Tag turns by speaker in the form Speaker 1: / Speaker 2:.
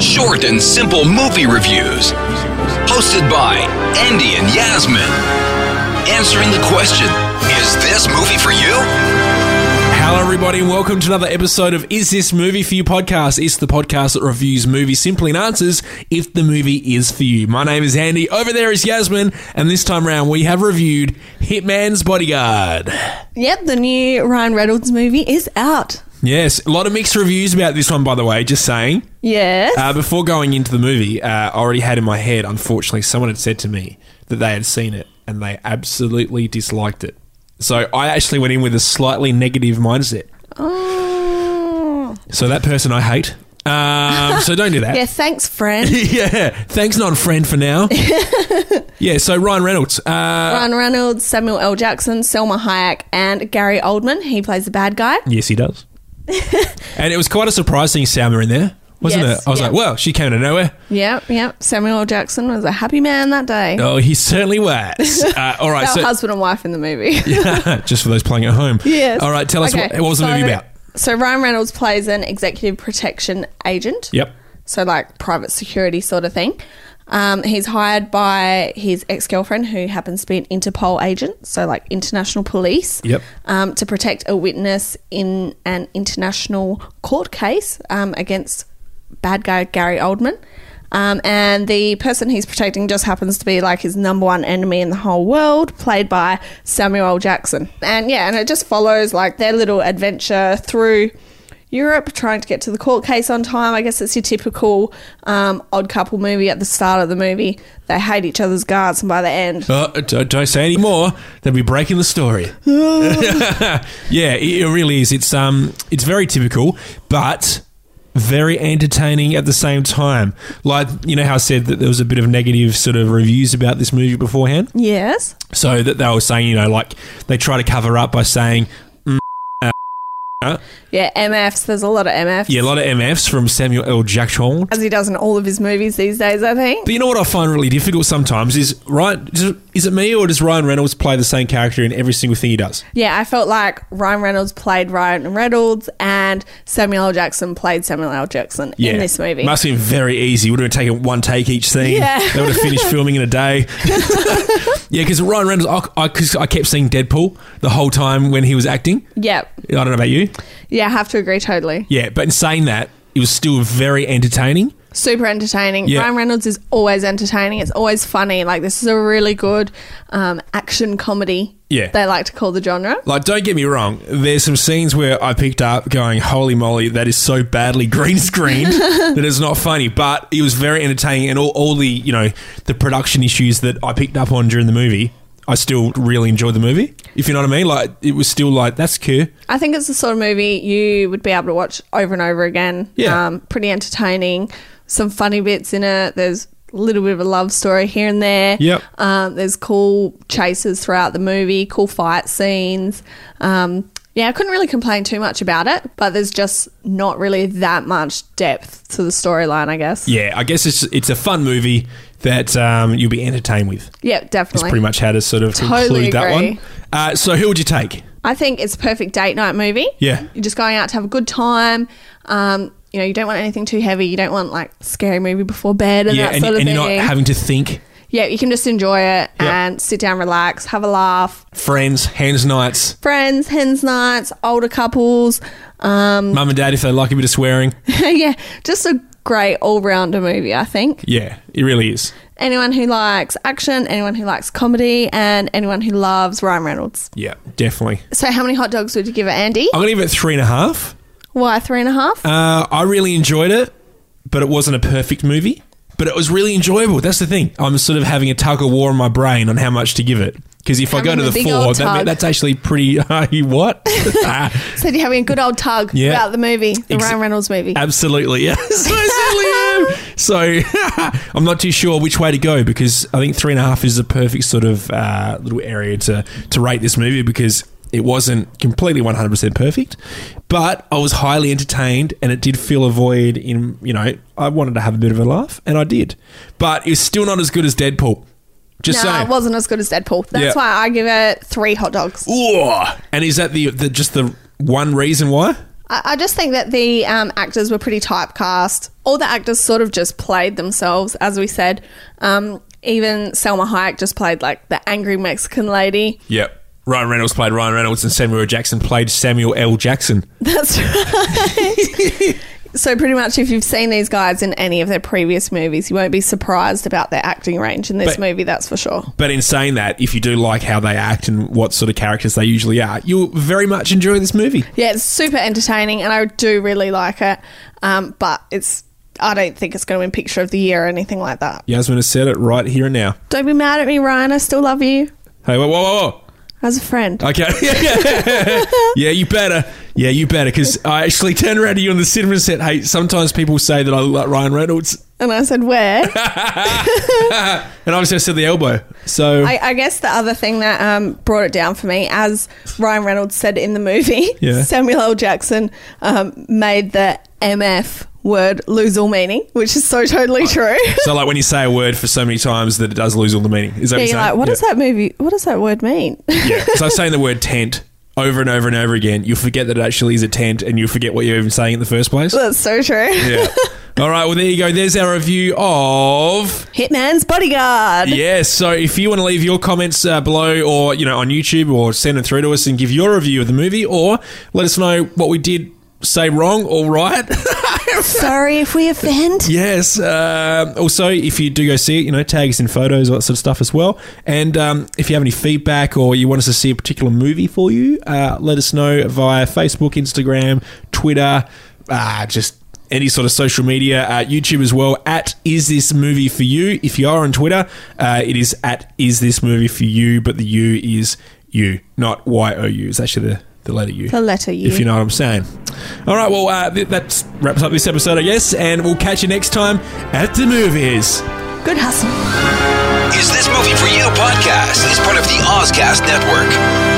Speaker 1: short and simple movie reviews. Hosted by Andy and Yasmin. Answering the question Is this movie for you?
Speaker 2: Hello, everybody, and welcome to another episode of Is This Movie For You podcast? It's the podcast that reviews movies simply and answers if the movie is for you. My name is Andy, over there is Yasmin, and this time around we have reviewed Hitman's Bodyguard.
Speaker 3: Yep, the new Ryan Reynolds movie is out.
Speaker 2: Yes, a lot of mixed reviews about this one, by the way, just saying.
Speaker 3: Yes.
Speaker 2: Uh, before going into the movie, uh, I already had in my head, unfortunately, someone had said to me that they had seen it and they absolutely disliked it. So I actually went in with a slightly negative mindset.
Speaker 3: Oh.
Speaker 2: So that person I hate. Um, so don't do that.
Speaker 3: Yeah, thanks, friend.
Speaker 2: yeah. Thanks, non friend, for now. yeah. So Ryan Reynolds. Uh,
Speaker 3: Ryan Reynolds, Samuel L. Jackson, Selma Hayek, and Gary Oldman. He plays the bad guy.
Speaker 2: yes, he does. and it was quite a surprising Salma in there, wasn't
Speaker 3: Yes,
Speaker 2: it? I was
Speaker 3: yeah.
Speaker 2: like, well, she came out of nowhere.
Speaker 3: Yep, yep. Samuel L. Jackson was a happy man that day.
Speaker 2: Oh, he certainly was. Uh, all right.
Speaker 3: About
Speaker 2: so
Speaker 3: husband and wife in the movie.
Speaker 2: just for those playing at home.
Speaker 3: Yes.
Speaker 2: All right. Tell us
Speaker 3: Okay,
Speaker 2: what, what was the
Speaker 3: so-
Speaker 2: movie about.
Speaker 3: So Ryan Reynolds plays an executive protection agent.
Speaker 2: Yep.
Speaker 3: So like private security sort of thing. Um, he's hired by his ex girlfriend, who happens to be an Interpol agent, so like international police.
Speaker 2: Yep.
Speaker 3: Um, to protect a witness in an international court case um, against bad guy Gary Oldman. Um, and the person he's protecting just happens to be like his number one enemy in the whole world, played by Samuel L. Jackson. And yeah, and it just follows like their little adventure through Europe, trying to get to the court case on time. I guess it's your typical um, odd couple movie at the start of the movie. They hate each other's guts, and by the end,
Speaker 2: Uh, don't, don't say any more. They'll be breaking the story. yeah, it, it really is. It's um, it's very typical, but very entertaining at the same time. Like you know how I said that there was a bit of negative sort of reviews about this movie beforehand.
Speaker 3: yes,
Speaker 2: So that they were saying you know like they try to cover up by saying mm, uh,
Speaker 3: yeah, MFs. There's a lot of MFs.
Speaker 2: yeah a lot of MFs from Samuel L. Jackson.
Speaker 3: as he does in all of his movies these days, I think.
Speaker 2: But you know what I find really difficult sometimes is Ryan. Is it- is it me or does Ryan Reynolds play the same character in every single thing he does?
Speaker 3: Yeah, I felt like Ryan Reynolds played Ryan Reynolds and Samuel L. Jackson played Samuel L. Jackson in this movie.
Speaker 2: Must have been very easy. Would have taken one take each scene.
Speaker 3: Yeah.
Speaker 2: They would have finished filming in a day. yeah, because Ryan Reynolds, I, I, 'cause I kept seeing Deadpool the whole time when he was acting.
Speaker 3: yeah,
Speaker 2: I don't know about you.
Speaker 3: yeah, I have to agree totally.
Speaker 2: Yeah, but in saying that, it was still very entertaining.
Speaker 3: Super entertaining.
Speaker 2: Yeah.
Speaker 3: Ryan Reynolds is always entertaining. It's always funny. Like this is a really good um, action comedy.
Speaker 2: Yeah.
Speaker 3: they like to call the genre.
Speaker 2: Like, don't get me wrong. There's some scenes where I picked up going, "Holy moly, that is so badly green screened that it's not funny." But it was very entertaining, and all, all the you know the production issues that I picked up on during the movie, I still really enjoyed the movie. If you know what I mean, like it was still like that's cool.
Speaker 3: I think it's the sort of movie you would be able to watch over and over again.
Speaker 2: Yeah.
Speaker 3: Um, pretty entertaining. Some funny bits in it. There's a little bit of a love story here and there.
Speaker 2: Yep.
Speaker 3: Um, there's cool chases throughout the movie, cool fight scenes. Um, yeah, I couldn't really complain too much about it, but there's just not really that much depth to the storyline, I guess.
Speaker 2: Yeah, I guess it's it's a fun movie that um, you'll be entertained with.
Speaker 3: Yeah,
Speaker 2: That's
Speaker 3: definitely.
Speaker 2: pretty much how to sort of
Speaker 3: Totally
Speaker 2: conclude that
Speaker 3: agree.
Speaker 2: one. Uh, so, who would you take?
Speaker 3: I think it's a perfect date night movie.
Speaker 2: Yeah.
Speaker 3: You're just going out to have a good time. Um, you know, you don't want anything too heavy. You don't want like scary movie before bed and
Speaker 2: yeah,
Speaker 3: that
Speaker 2: and,
Speaker 3: sort of
Speaker 2: and
Speaker 3: thing.
Speaker 2: you're not having to think.
Speaker 3: yeah, you can just enjoy it and sit down, relax, have a laugh.
Speaker 2: Friends, hands nights,
Speaker 3: Friends, hens nights, older couples. Um,
Speaker 2: mum and dad if they like a bit of swearing.
Speaker 3: yeah, just a great all rounder movie, I think.
Speaker 2: Yeah, it really is.
Speaker 3: Anyone who likes action, anyone who likes comedy, and anyone who loves Ryan Reynolds.
Speaker 2: Yeah, definitely.
Speaker 3: So, how many hot dogs would you give it, Andy?
Speaker 2: I'm gonna give it three and a half.
Speaker 3: Why three and a half?
Speaker 2: Oh. Uh, I really enjoyed it, but it wasn't a perfect movie. But it was really enjoyable. That's the thing. I'm sort of having a tug of war in my brain on how much to give it. Because if I go
Speaker 3: Having
Speaker 2: to
Speaker 3: a
Speaker 2: the
Speaker 3: big
Speaker 2: four,
Speaker 3: old
Speaker 2: that, me-
Speaker 3: tug.
Speaker 2: that's actually pretty. what? Ah.
Speaker 3: Said you're having a good old tug
Speaker 2: Yeah.
Speaker 3: about the movie, the
Speaker 2: Ex-
Speaker 3: Ryan Reynolds movie.
Speaker 2: Absolutely, yes. I certainly am. So I'm not too sure which way to go because I think three and a half is the perfect sort of uh, little area to to rate this movie because it wasn't completely 100% perfect, but I was highly entertained and it did fill a void in you know I wanted to have a bit of a laugh and I did, but it was still not as good as Deadpool. Just
Speaker 3: no,
Speaker 2: saying.
Speaker 3: it wasn't as good as Deadpool. That's
Speaker 2: Yeah.
Speaker 3: why I give it three hot dogs.
Speaker 2: Ooh. And is that the, the just the one reason why?
Speaker 3: I, I just think that the um, actors were pretty typecast. All the actors sort of just played themselves, as we said. Um, even Selma Hayek just played like the angry Mexican lady.
Speaker 2: Yep. Ryan Reynolds played Ryan Reynolds and Samuel Jackson played Samuel L. Jackson.
Speaker 3: That's right. so, pretty much, if you've seen these guys in any of their previous movies, you won't be surprised about their acting range in this
Speaker 2: But-
Speaker 3: movie, that's for sure.
Speaker 2: But in saying that, if you do like how they act and what sort of characters they usually are, you'll very much enjoy this movie.
Speaker 3: Yeah, it's super entertaining, and I do really like it. Um, but it's, I don't think it's going to win Picture of the Year or anything like that.
Speaker 2: Yasmin has said it right here and now.
Speaker 3: Don't be mad at me, Ryan. I still love you
Speaker 2: Hey, whoa, whoa, whoa, whoa.
Speaker 3: as a friend.
Speaker 2: Okay. yeah, you better. Yeah, you better. Because I actually turned around to you on the cinema and said, hey, sometimes people say that I look like Ryan Reynolds.
Speaker 3: and I said, where?
Speaker 2: And obviously I said the elbow. So,
Speaker 3: I, I guess the other thing that um, brought it down for me, as Ryan Reynolds said in the movie,
Speaker 2: Yeah.
Speaker 3: Samuel L. Jackson um, made the MF word lose all meaning, which is so totally true.
Speaker 2: so like when you say a word for so many times that it does lose all the meaning. Is that what
Speaker 3: Yeah,
Speaker 2: you're
Speaker 3: you're
Speaker 2: saying?
Speaker 3: like, what
Speaker 2: yeah.
Speaker 3: does that movie? What does that word mean?
Speaker 2: Yeah. So I'm saying the word tent over and over and over again. You'll forget that it actually is a tent and you'll forget what you're even saying in the first place.
Speaker 3: That's so true.
Speaker 2: Yeah. All right. Well, there you go. There's our review of.
Speaker 3: Hitman's bodyguard.
Speaker 2: Yes. So if you want to leave your comments uh, below or, you know, on YouTube or send them through to us and give your review of the movie or let us know what we did say wrong or right.
Speaker 3: Sorry if we offend.
Speaker 2: yes. Um also, if you do go see it, you know, tag us in photos, all that sort of stuff as well. And um, if you have any feedback or you want us to see a particular movie for you, uh, let us know via Facebook, Instagram, Twitter, uh, just any sort of social media, uh, YouTube as well. At is this movie for you? If you are on Twitter, uh, it is at is this movie for you, but the U is you, not Y O U. It's actually the the letter U.
Speaker 3: The letter U.
Speaker 2: If you know what I'm saying. All right, well, uh, th- that wraps up this episode, I guess, and we'll catch you next time at the movies.
Speaker 3: Good hustle.
Speaker 1: Is This Movie For You podcast is part of the Ozcast Network.